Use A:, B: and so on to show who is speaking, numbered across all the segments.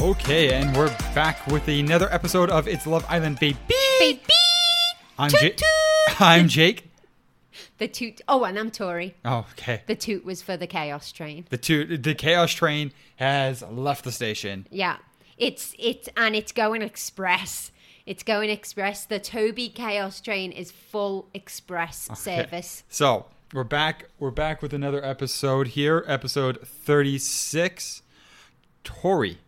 A: Okay, and we're back with another episode of It's Love Island, baby.
B: Baby!
A: I'm
B: toot
A: Jake.
B: toot.
A: I'm Jake.
B: The toot. Oh, and I'm Tory.
A: Oh, okay.
B: The toot was for the chaos train.
A: The two, the chaos train has left the station.
B: Yeah. It's it's and it's going express. It's going express. The Toby Chaos Train is full express
A: Okay.
B: service.
A: So we're back. We're back with another episode here, episode thirty-six. Tori,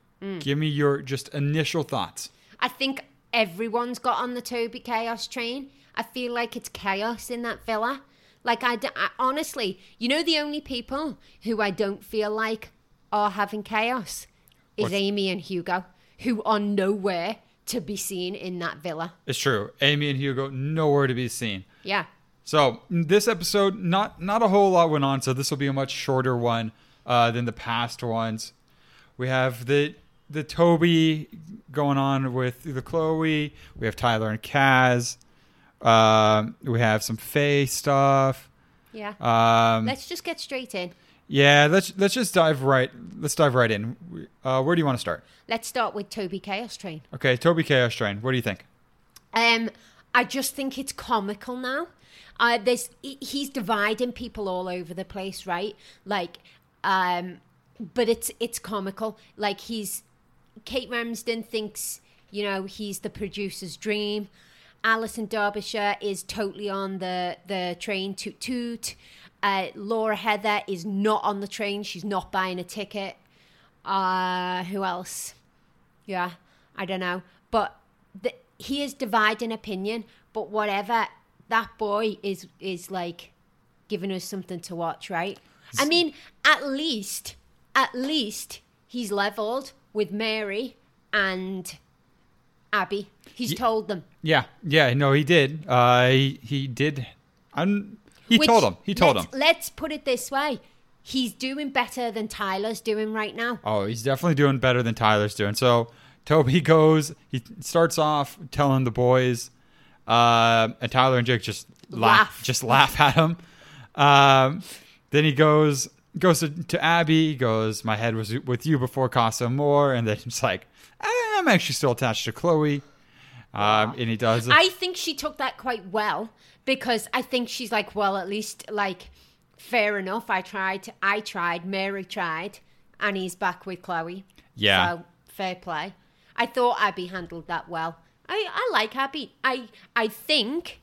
A: give me your just initial thoughts.
B: I think everyone's got on the Toby Chaos train. I feel like it's chaos in that villa. Like, I, d- I- honestly, you know, the only people who I don't feel like are having chaos is
A: What's-
B: Amy and Hugo, who are nowhere to be seen in that villa.
A: It's true. Amy and Hugo nowhere to be seen.
B: Yeah.
A: So this episode, not not a whole lot went on. So this will be a much shorter one uh, than the past ones. We have the the Toby going on with the Chloe. We have Tyler and Kaz. Um, we have some Faye stuff.
B: Yeah.
A: Um,
B: Let's just get straight in.
A: yeah, let's let's just dive right. Let's dive right in. Uh, where do you want to start?
B: Let's start with Toby Chaos Train.
A: Okay, Toby Chaos Train. What do you think?
B: Um, I just think it's comical now. Uh, there's he- he's dividing people all over the place, right? Like, um, but it's it's comical. Like he's Kate Ramsden thinks you know he's the producer's dream. Alison Derbyshire is totally on the the train toot toot. Uh, Laura Heather is not on the train. She's not buying a ticket. Uh, who else? Yeah, I don't know. But the, he is dividing opinion, but whatever, that boy is is like giving us something to watch, right? I mean, at least, at least he's leveled with Mary and Abby. He's told them.
A: Yeah, yeah. No, he did. Uh, he, he did. Un- he
B: Which-
A: told him. He told him.
B: let's- Let's put it this way. He's doing better than Tyler's doing right now.
A: Oh, he's definitely doing better than Tyler's doing. So Toby goes, he starts off telling the boys, uh, and Tyler and Jake just laugh,
B: Laugh.
A: just laugh at him. Um, then he goes goes to, to Abby. He goes, my head was with you before Casa More, and then he's like, "Ah, I'm actually still attached to Chloe. Um, and he does.
B: I think she took that quite well because I think she's like, well, at least like, fair enough. I tried, I tried, Mary tried, and he's back with Chloe.
A: Yeah.
B: so fair play. I thought Abby handled that well. I I like Abby. I I think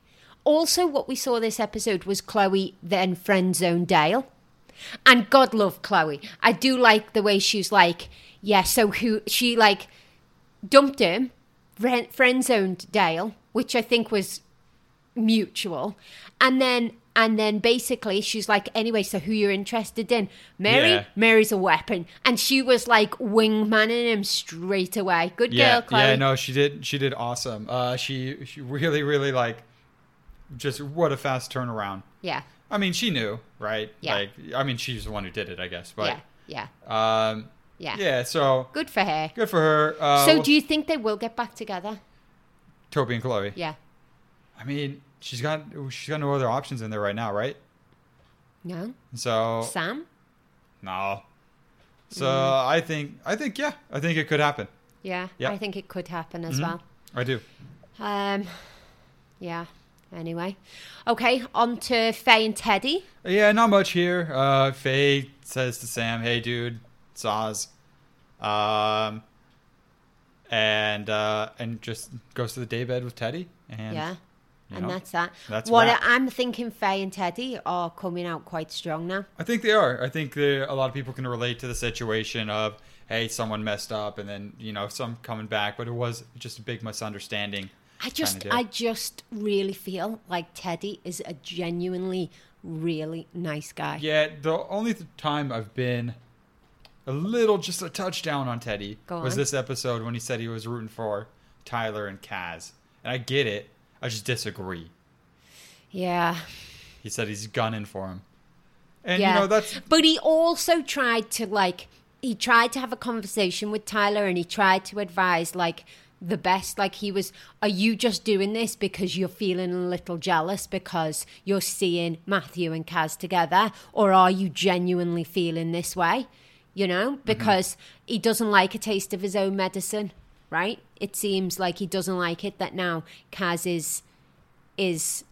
B: also what we saw this episode was Chloe then friend zone Dale. And God love Chloe. I do like the way she's like, yeah, so who she like dumped him, friend friend zoned Dale, which I think was mutual, and then and then basically she's like, anyway, so who you're interested in? Mary,
A: Yeah.
B: Mary's a weapon, and she was like wingmanning him straight away. Good
A: yeah,
B: girl, Chloe.
A: yeah, no, she did. She did awesome. Uh, she she really really like, just what a fast turnaround.
B: yeah,
A: I mean, she knew, right?
B: Yeah.
A: Like, I mean, she's the one who did it, I guess. But,
B: yeah, yeah,
A: um,
B: yeah,
A: yeah. So
B: Good for her.
A: good for her. Uh,
B: so,
A: well,
B: do you think they will get back together?
A: Toby and Chloe.
B: Yeah.
A: I mean, she's got she's got no other options in there right now, right?
B: No.
A: So
B: Sam.
A: no. So
B: Mm.
A: I think I think yeah, I think it could happen.
B: Yeah,
A: Yeah. Mm-hmm.
B: I think it could happen as well.
A: I do.
B: Um, yeah. Anyway, okay. On to Faye and Teddy.
A: Yeah, not much here. Uh, Faye says to Sam, "Hey, dude, it's Oz," um, and uh, and just goes to the daybed with Teddy. And
B: yeah.
A: you
B: and
A: know,
B: that's that.
A: that's
B: what
A: wrap.
B: I'm thinking. Faye and Teddy are coming out quite strong now.
A: I think they are. I think there a lot of people can relate to the situation of hey, someone messed up, and then you know some coming back, but it was just a big misunderstanding.
B: I just,
A: do.
B: I just really feel like Teddy is a genuinely really nice guy.
A: Yeah, the only th- time I've been a little, just a touchdown on Teddy
B: Go
A: was
B: on.
A: this episode when he said he was rooting for Tyler and Kaz, and I get it. I just disagree.
B: Yeah,
A: He said he's gunning for him, and
B: yeah.
A: you know that's
B: But he also tried to like, he tried to have a conversation with Tyler, and he tried to advise like the best. Like he was, are you just doing this because you're feeling a little jealous because you're seeing Matthew and Kaz together, or are you genuinely feeling this way? you
A: Mm-hmm.
B: know, because he doesn't like a taste of his own medicine, right? It seems like he doesn't like it that now Kaz is is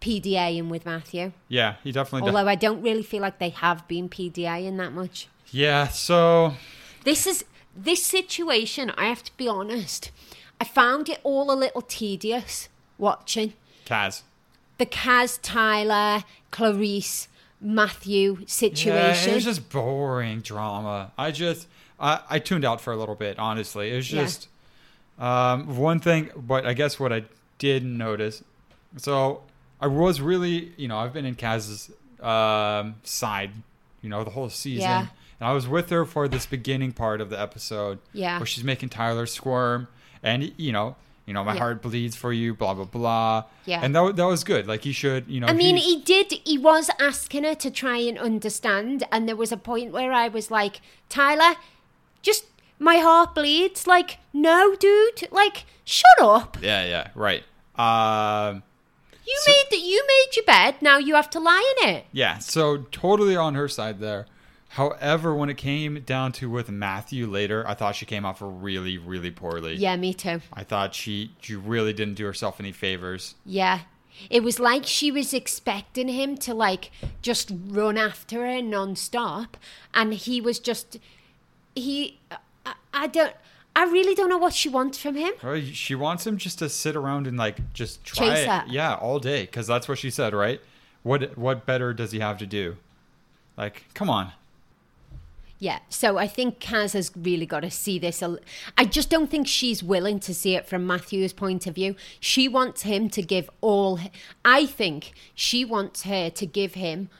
B: PDA in with Matthew.
A: Yeah, he definitely does.
B: Although I don't really feel like they have been PDA in that much.
A: Yeah, so
B: This is this situation, I have to be honest. I found it all a little tedious watching
A: Kaz.
B: the Kaz Tyler, Clarice, Matthew situation.
A: Yeah, it was just boring drama. I just I, I tuned out for a little bit, honestly. It was
B: Yeah.
A: just um, one thing, but I guess what I did notice. So I was really, you know, I've been in Kaz's um, side, you know, the whole season.
B: Yeah.
A: And I was with her for this beginning part of the episode.
B: Yeah.
A: Where she's making Tyler squirm and you know, you know, my
B: Yeah.
A: heart bleeds for you, blah blah blah.
B: Yeah.
A: And that, wa- that was good. Like he should, you know,
B: I mean, e he did. He was asking her to try and understand, and there was a point where I was like, "Tyler, just my heart bleeds." Like, no, dude. Like, shut up.
A: Yeah, yeah, right. Um
B: You
A: So-
B: made that. You made your bed. Now you have to lie in it.
A: Yeah, so totally on her side there. However, when it came down to with Matthew later, I thought she came off really, really poorly.
B: Yeah, me too.
A: I thought she she really didn't do herself any favors.
B: Yeah. It was like she was expecting him to like just run after her nonstop and he was just he I, I don't I really don't know what she wants from him.
A: Well, She wants him just to sit around and like just try
B: Chase
A: it,
B: that.
A: yeah, all day because that's what she said, right? What what better does he have to do? Like, come on.
B: Yeah. So I think Kaz has really got to see this. a l- I just don't think she's willing to see it from Matthew's point of view. She wants him to give all. h- I think she wants her to give him.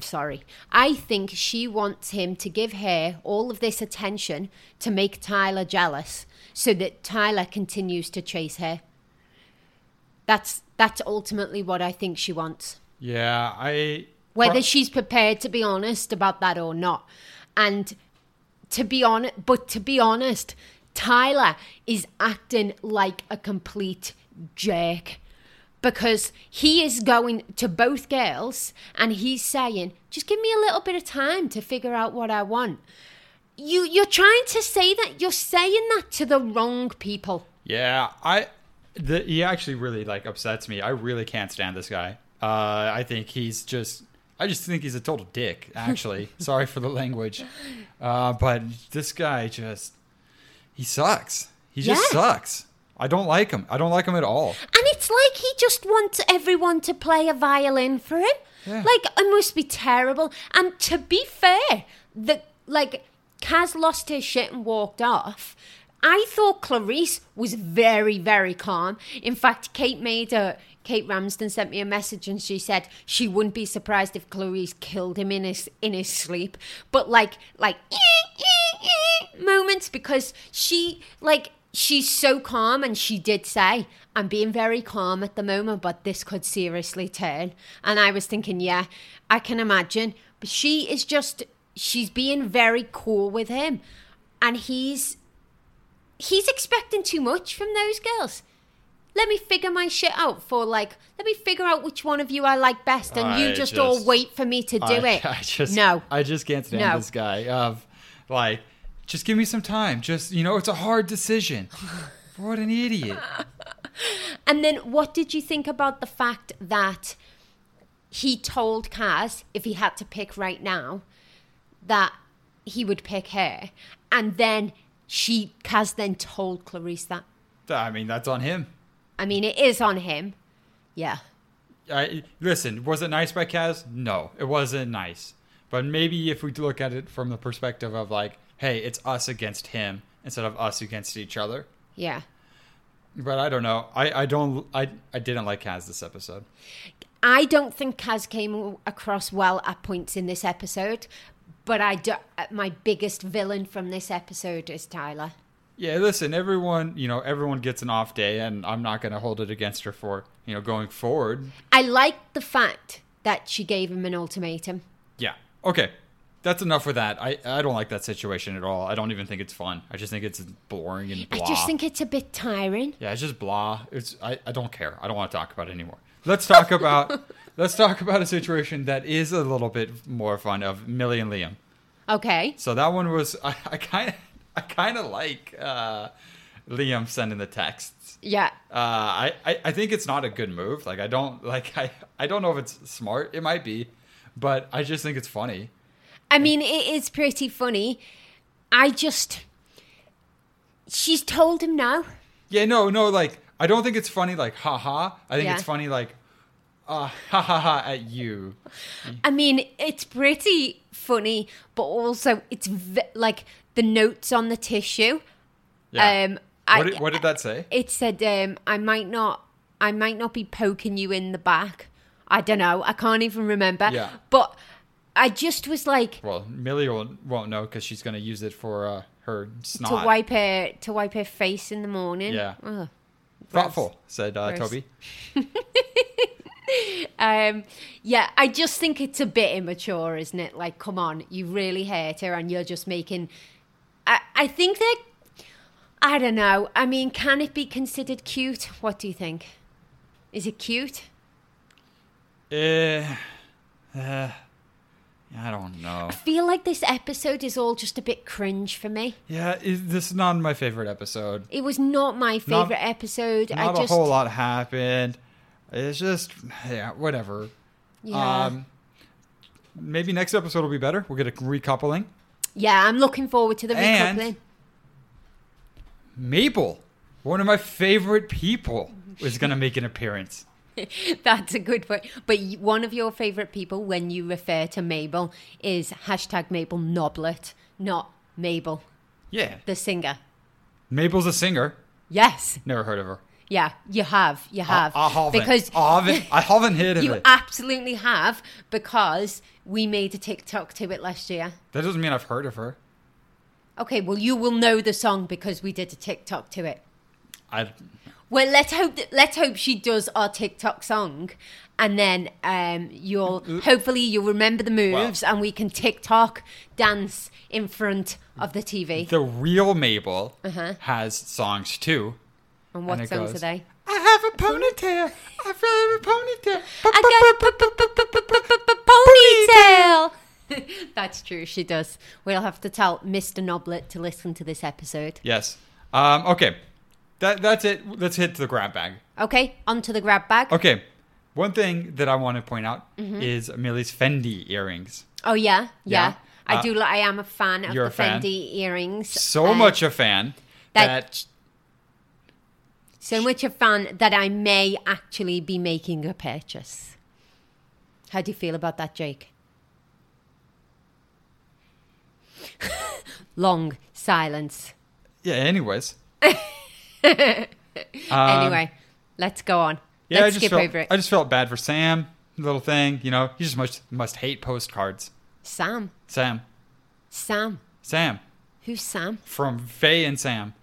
B: Sorry. I think she wants him to give her all of this attention to make Tyler jealous so that Tyler continues to chase her. That's that's ultimately what I think she wants
A: Yeah, I
B: whether
A: Pro-
B: she's prepared to be honest about that or not. And to be on, but to be honest, Tyler is acting like a complete jerk because he is going to both girls and he's saying, "Just give me a little bit of time to figure out what I want." You you're trying to say that you're saying that to the wrong people.
A: Yeah, I the, he actually really like upsets me. I really can't stand this guy. Uh, I think he's just I just think he's a total dick. Actually, sorry for the language, uh, but this guy just he sucks. He just
B: Yeah.
A: sucks. I don't like him. I don't like him at all.
B: And it's like he just wants everyone to play a violin for him.
A: Yeah.
B: Like it must be terrible. And to be fair, the like Kaz lost his shit and walked off. I thought Clarice was very, very calm. In fact, Kate made a Kate Ramsden sent me a message and she said she wouldn't be surprised if Clarice killed him in his in his sleep. But like like eh, moments because she like she's so calm and she did say i'm being very calm at the moment but this could seriously turn and i was thinking yeah i can imagine but she is just she's being very cool with him and he's he's expecting too much from those girls let me figure my shit out for like let me figure out which one of you i like best and you
A: I
B: just, all
A: just-
B: wait for me to do
A: I,
B: it
A: I just
B: no
A: I just can't stand
B: No.
A: this guy. Of like, just give me some time. Just you know, it's a hard decision. what an idiot.
B: And then what did you think about the fact that he told Kaz, if he had to pick right now, that he would pick her? And then she, Kaz then told Clarice that.
A: I mean, that's on him.
B: I mean, it is on him. Yeah.
A: I listen. Was it nice by Kaz? No, it wasn't nice. But maybe if we look at it from the perspective of like, hey, it's us against him instead of us against each other.
B: Yeah.
A: But I don't know. I, I don't. I I didn't like Kaz this episode.
B: I don't think Kaz came across well at points in this episode, but I do, uh, my biggest villain from this episode is Tyler.
A: Yeah, listen, everyone. You know, everyone gets an off day, and I'm not going to hold it against her for you know going forward.
B: I like the fact that she gave him an ultimatum.
A: Yeah. Okay. That's enough with that. I, I don't like that situation at all. I don't even think it's fun. I just think it's boring and blah.
B: I just think it's a bit tiring.
A: Yeah, it's just blah. It's I, I don't care. I don't want to talk about it anymore. Let's talk about let's talk about a situation that is a little bit more fun of Millie and Liam.
B: Okay.
A: So that one was I kind of I kind of like uh, Liam sending the texts.
B: Yeah.
A: Uh, I, I I think it's not a good move. Like I don't like I I don't know if it's smart. It might be, but I just think it's funny.
B: I mean, it is pretty funny. I just. She's told him no.
A: Yeah, no, no. Like I don't think it's funny. Like haha. I think
B: Yeah.
A: it's funny. Like uh, ha ha ha at you.
B: I mean, it's pretty funny, but also it's v- like the notes on the tissue.
A: Yeah.
B: Um,
A: what,
B: I,
A: did, what did that say?
B: it said um, I might not I might not be poking you in the back. I don't know. I can't even remember.
A: Yeah.
B: But I just was like
A: Well, Millie won't, won't know because she's gonna use it for uh, her snot.
B: to wipe her to wipe her face in the morning.
A: Yeah.
B: Ugh.
A: Thoughtful, said uh,
B: Gross.
A: Toby.
B: Um, yeah, I just think it's a bit immature, isn't it? Like, come on, you really hate her, and you're just making. I, I think that. I don't know. I mean, can it be considered cute? What do you think? Is it cute?
A: Eh, eh, I don't know.
B: I feel like this episode is all just a bit cringe for me.
A: Yeah, i this is not my favorite episode.
B: It was not my
A: Not-
B: favorite episode.
A: Not
B: I just
A: a whole lot happened. It's just yeah, whatever.
B: Yeah.
A: Um, maybe next episode will be better. We'll get a recoupling.
B: yeah, I'm looking forward to the
A: and-
B: recoupling.
A: Mabel, one of my favorite people, is gonna make an appearance.
B: That's a good point. But y- one of your favorite people when you refer to Mabel is hashtag Mabel Noblet, not Mabel
A: Yeah,
B: the singer.
A: Mabel's a singer.
B: Yes,
A: Never heard of her.
B: yeah, you have, you have,
A: I, I haven't.
B: because
A: I haven't. I haven't heard of
B: you
A: it.
B: absolutely have because we made a TikTok to it last year.
A: that doesn't mean I've heard of her.
B: Okay, well you will know the song because we did a TikTok to it.
A: I
B: Well, let's hope that, let's hope she does our TikTok song, and then um, you'll
A: Mm,
B: hopefully you'll remember the moves, and we can TikTok dance in front of the TV.
A: the real Mabel
B: Uh-huh.
A: has songs too.
B: and what
A: and it
B: songs
A: goes,
B: are they?
A: I have a ponytail. I have a ponytail.
B: I got a p- p- p- p- p- p- p- ponytail. That's true. She does. We'll have to tell Mr. Noblet to listen to this episode.
A: Yes. Um, okay. That that's it. Let's hit to the grab bag.
B: Okay, onto the grab bag.
A: Okay. One thing that I want to point out
B: Mm-hmm.
A: is Millie's Fendi earrings.
B: Oh yeah,
A: Yeah.
B: yeah. I
A: Uh,
B: do. li- I am a fan of
A: you're
B: the
A: a fan.
B: Fendi earrings.
A: So
B: Um,
A: much a fan
B: that-
A: that,
B: So much a fan that I may actually be making a purchase. How do you feel about that, Jake? Long silence.
A: yeah. Anyways.
B: anyway, let's go on.
A: Um, yeah, I
B: let's
A: just
B: skip
A: felt,
B: over it.
A: I just felt bad for Sam. Little thing, you know, he just must must hate postcards.
B: Sam.
A: Sam,
B: Sam.
A: Sam
B: Who's Sam?
A: from Faye and Sam.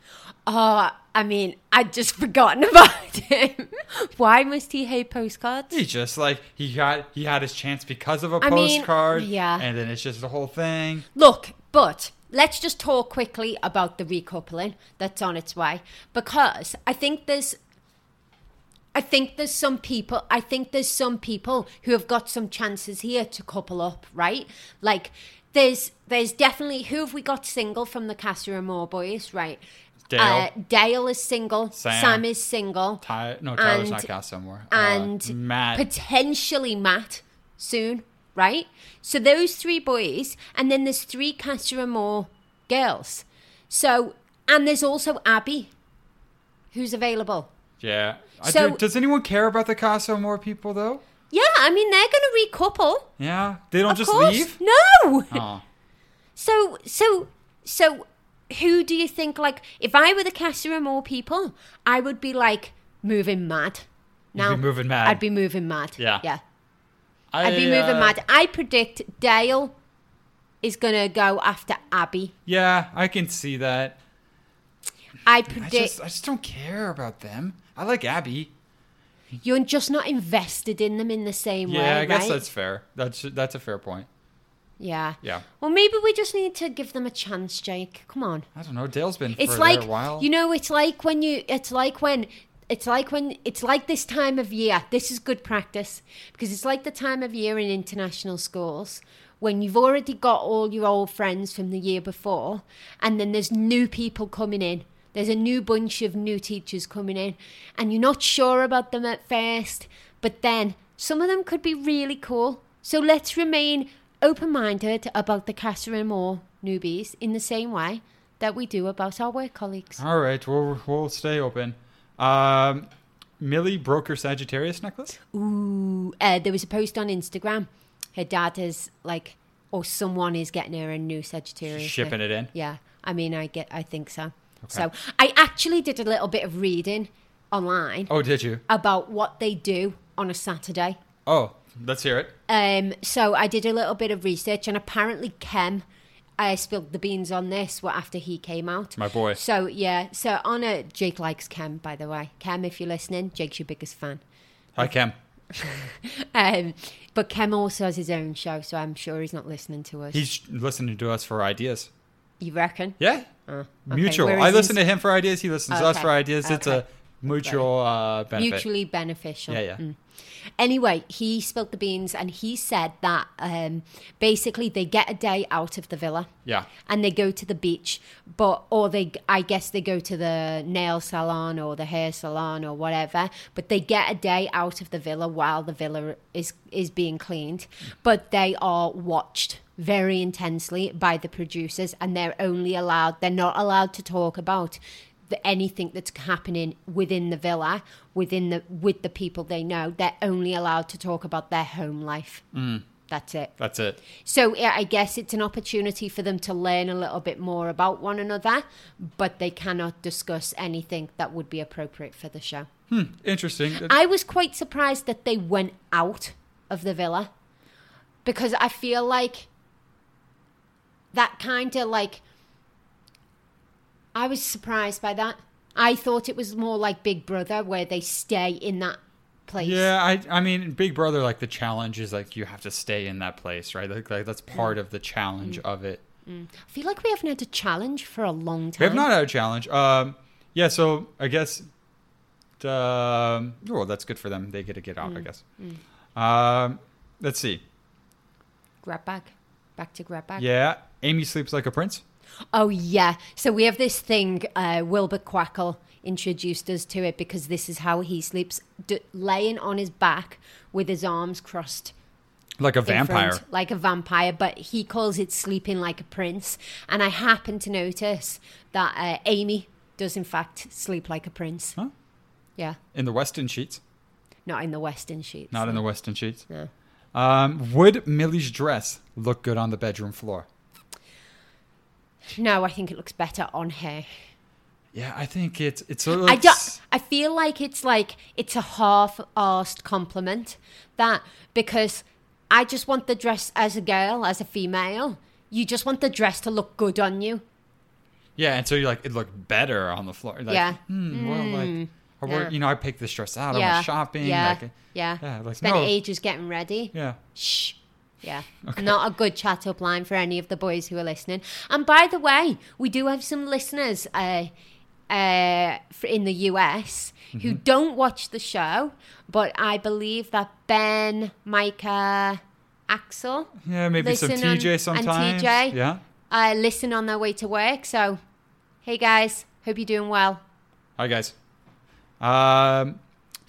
B: Oh, I mean, I'd just forgotten about him. Why must he hate postcards?
A: He just like he got he had his chance because of a
B: I mean,
A: postcard.
B: yeah.
A: and then it's just the whole thing.
B: Look, but let's just talk quickly about the recoupling that's on its way because I think there's I think there's some people I think there's some people who have got some chances here to couple up, right? Like there's there's definitely who have we got single from the Cassia Moore boys, right? Uh,
A: Dale.
B: Dale is single.
A: Sam.
B: Sam is single
A: Ty, no, Tyler's
B: And-
A: not cast somewhere. Uh,
B: and
A: Matt.
B: potentially Matt soon, right? So those three boys, and then there's three Castor and more girls. So and there's also Abby, who's available.
A: yeah. I
B: So-
A: do- does anyone care about the Casa more people though?
B: Yeah, I mean they're going to recouple.
A: Yeah, they don't
B: Of
A: just
B: course,
A: leave.
B: no.
A: Oh,
B: So so so, who do you think? Like, if I were the Castor and more people, I would be like moving mad. Now
A: moving mad.
B: I'd be moving mad.
A: Yeah.
B: yeah.
A: I,
B: I'd be moving
A: uh,
B: mad. I predict Dale is going to go after Abby.
A: Yeah, I can see that.
B: I
A: I
B: predict
A: just, I just don't care about them. I like Abby.
B: you're just not invested in them in the same way.
A: Yeah, I guess
B: right?
A: that's fair. That's that's a fair point.
B: yeah.
A: Yeah.
B: Well, maybe we just need to give them a chance, Jake. Come on.
A: I don't know. Dale's been
B: It's
A: for
B: like
A: a while.
B: you know. It's like when you. It's like when. It's like when it's like this time of year. This is good practice because it's like the time of year in international schools when you've already got all your old friends from the year before, and then there's new people coming in. There's a new bunch of new teachers coming in, and you're not sure about them at first, but then some of them could be really cool. So let's remain open minded about the Catherine Moore newbies in the same way that we do about our work colleagues.
A: All right, we'll we'll stay open. Um, Millie broke her Sagittarius necklace.
B: Ooh, uh, there was a post on Instagram. Her dad is like, or someone is getting her a new Sagittarius.
A: Shipping it in.
B: Yeah, I mean, I get, I think so. So I actually did a little bit of reading online
A: Oh, did you?
B: about what they do on a Saturday.
A: Oh, let's hear it.
B: Um, so I did a little bit of research, and apparently Kem, I spilled the beans on this. What after he came out,
A: My boy.
B: So yeah, so on a Jake likes Kem, by the way. Kem, if you're listening, Jake's your biggest fan.
A: Hi, Cam.
B: Um, but Kem also has his own show, so I'm sure he's not listening to us.
A: He's listening to us for ideas.
B: you reckon?
A: Yeah,
B: Uh,
A: mutual.
B: whereas
A: I listen to
B: he's-
A: him for ideas. He listens to us
B: Okay,
A: for ideas. It's a
B: okay.
A: mutual uh, benefit.
B: Mutually beneficial.
A: Yeah, yeah.
B: Anyway, he spilled the beans and he said that um, basically they get a day out of the villa.
A: Yeah.
B: and they go to the beach but or they i guess they go to the nail salon or the hair salon or whatever but they get a day out of the villa while the villa is is being cleaned but they are watched very intensely by the producers and they're only allowed they're not allowed to talk about the, anything that's happening within the villa within the with the people they know they're only allowed to talk about their home life that's it
A: That's it.
B: so yeah, I guess it's an opportunity for them to learn a little bit more about one another, but they cannot discuss anything that would be appropriate for the show.
A: Interesting.
B: I was quite surprised that they went out of the villa because I feel like that kind of like I was surprised by that. I thought it was more like Big Brother where they stay in that place.
A: yeah, I, I mean, Big Brother, like the challenge is like you have to stay in that place, right? Like, like that's part of the challenge
B: Mm.
A: of it.
B: I feel like we haven't had a challenge for a long time.
A: We have not had a challenge. Um, yeah, so I guess, um, well, that's good for them. They get to get
B: Mm.
A: out, I guess. Um, let's see.
B: Grab bag. Back to grab bag.
A: Yeah, Amy sleeps like a prince.
B: Oh yeah. So we have this thing. Uh, Wilbur Quackle introduced us to it because this is how he sleeps, d- laying on his back with his arms crossed.
A: Like a
B: in
A: vampire.
B: front, like a vampire, but he calls it sleeping like a prince. And I happen to notice that uh, Amy does in fact sleep like a prince.
A: Huh?
B: Yeah,
A: In the Weston sheets.
B: not in the Western sheets.
A: Not in the Weston sheets.
B: No.
A: Um, would Millie's dress look good on the bedroom floor?
B: No, I think it looks better on her.
A: Yeah, I think it's it's sort of
B: I
A: like
B: don't. I feel like it's like it's a half-assed compliment that because I just want the dress as a girl, as a female. You just want the dress to look good on you.
A: Yeah, and so you're like, it looked better on the floor. Like,
B: Yeah. Mm.
A: Hmm, well, like, I wore-
B: yeah.
A: you know, I picked this dress out. I
B: yeah.
A: went shopping.
B: Yeah.
A: Like,
B: yeah.
A: yeah, like,
B: Spent
A: no.
B: ages getting ready.
A: yeah.
B: Shh. Yeah. Not a good chat up line for any of the boys who are listening. And by the way, we do have some listeners uh, uh, for in the US who
A: Mm-hmm.
B: don't watch the show, but I believe that Ben, Micah, Axel
A: Yeah, maybe some
B: Listen
A: TJ
B: and- and
A: sometimes.
B: TJ.
A: Yeah.
B: uh, listen on their way to work. So, hey guys, hope you're doing well.
A: Hi, guys. Um,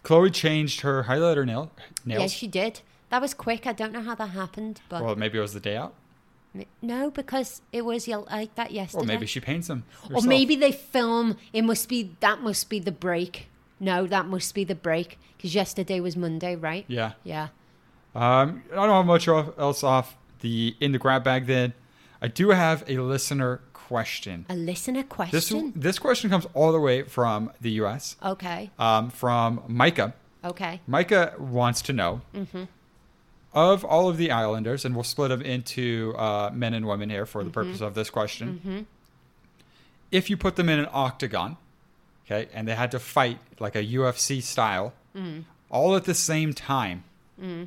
A: Chloe changed her highlighter nail nails.
B: Yes, she did. That was quick. I don't know how that happened, but
A: well, maybe it was the day out.
B: no, because it was yel- like that yesterday.
A: Or maybe she paints them.
B: Or
A: herself.
B: maybe they film. It must be that must be the break. No, that must be the break because yesterday was Monday, right?
A: Yeah.
B: Yeah.
A: Um, I don't have much off- else off the in the grab bag. Then I do have a listener question.
B: A listener
A: This
B: question.
A: this question comes all the way from the U.S.
B: Okay.
A: Um, from Micah.
B: Okay.
A: Micah wants to know
B: Mm-hmm.
A: of all of the Islanders, and we'll split them into uh, men and women here
B: Mm-hmm.
A: for the purpose of this question. If you put them in an octagon, okay, and they had to fight like a UFC style,
B: Mm.
A: all at the same time,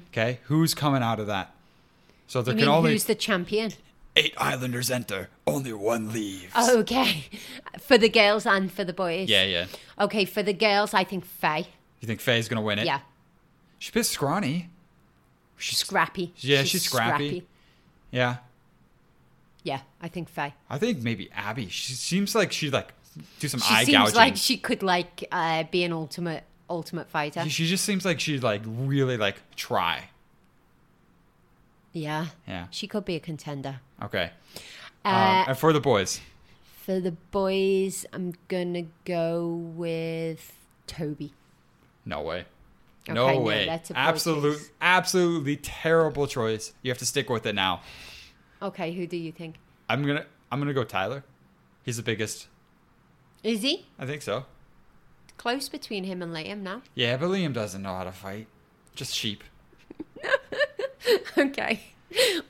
A: okay, who's coming out of that? So there
B: I
A: can
B: Mm. mean,
A: only
B: who's the champion?
A: eight Islanders enter, only one leaves.
B: Oh. Okay. For the girls and for the boys.
A: Yeah, yeah.
B: Okay, for the girls, I think Faye.
A: You think Faye's gonna win it?
B: Yeah.
A: she's a bit scrawny.
B: She's scrappy.
A: Yeah, she's scrappy. Yeah.
B: Yeah, I think Faye.
A: I think maybe Abby. She seems like she'd like do some
B: She
A: eye
B: seems
A: gouging.
B: like she could like uh, be an ultimate ultimate fighter.
A: she just seems like she'd like really like try.
B: yeah,
A: Yeah.
B: she could be a contender.
A: Okay. Um,
B: Uh,
A: and for the boys,
B: for the boys, I'm gonna go with Toby.
A: no way.
B: Okay,
A: No
B: no,
A: way.
B: that's a poor
A: Absolute,
B: choice.
A: absolutely terrible choice. You have to stick with it now.
B: Okay, who do you think?
A: I'm gonna, I'm gonna go Tyler. He's the biggest.
B: Is he
A: I think so.
B: close between him and Liam now?
A: Yeah, but Liam doesn't know how to fight. Just sheep.
B: okay,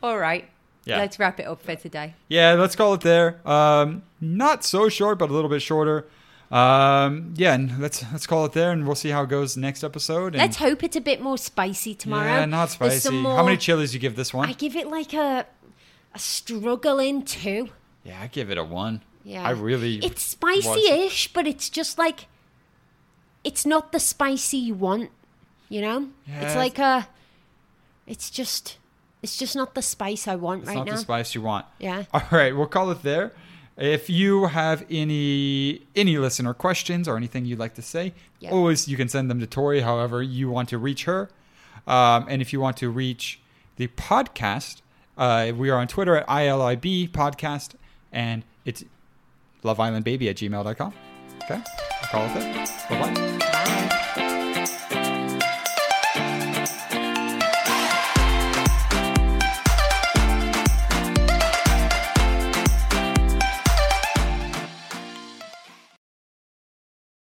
B: all right.
A: Yeah.
B: Let's wrap it up for today.
A: Yeah, let's call it there. Um, not so short, but a little bit shorter. Um, yeah, and let's let's call it there, and we'll see how it goes next episode. And
B: Let's hope it's a bit more spicy tomorrow.
A: Yeah, not
B: There's
A: spicy.
B: some
A: How many
B: more-
A: chilies you give this one?
B: I give it like a a struggling two.
A: yeah, I give it a one.
B: Yeah.
A: I really.
B: It's
A: was-
B: spicy-ish, but it's just like it's not the spicy you want, you know?
A: Yeah.
B: It's like a it's just it's just not the spice I want
A: It's
B: right
A: not
B: now.
A: the spice you want.
B: yeah.
A: All right, we'll call it there. If you have any any listener questions or anything you'd like to say,
B: Yep.
A: always you can send them to Tori. However, you want to reach her, um, and if you want to reach the podcast, uh, we are on Twitter at ilib podcast, and it's Love Island Baby at gmail.com. Okay, I'll call it there. Bye bye.
B: Bye.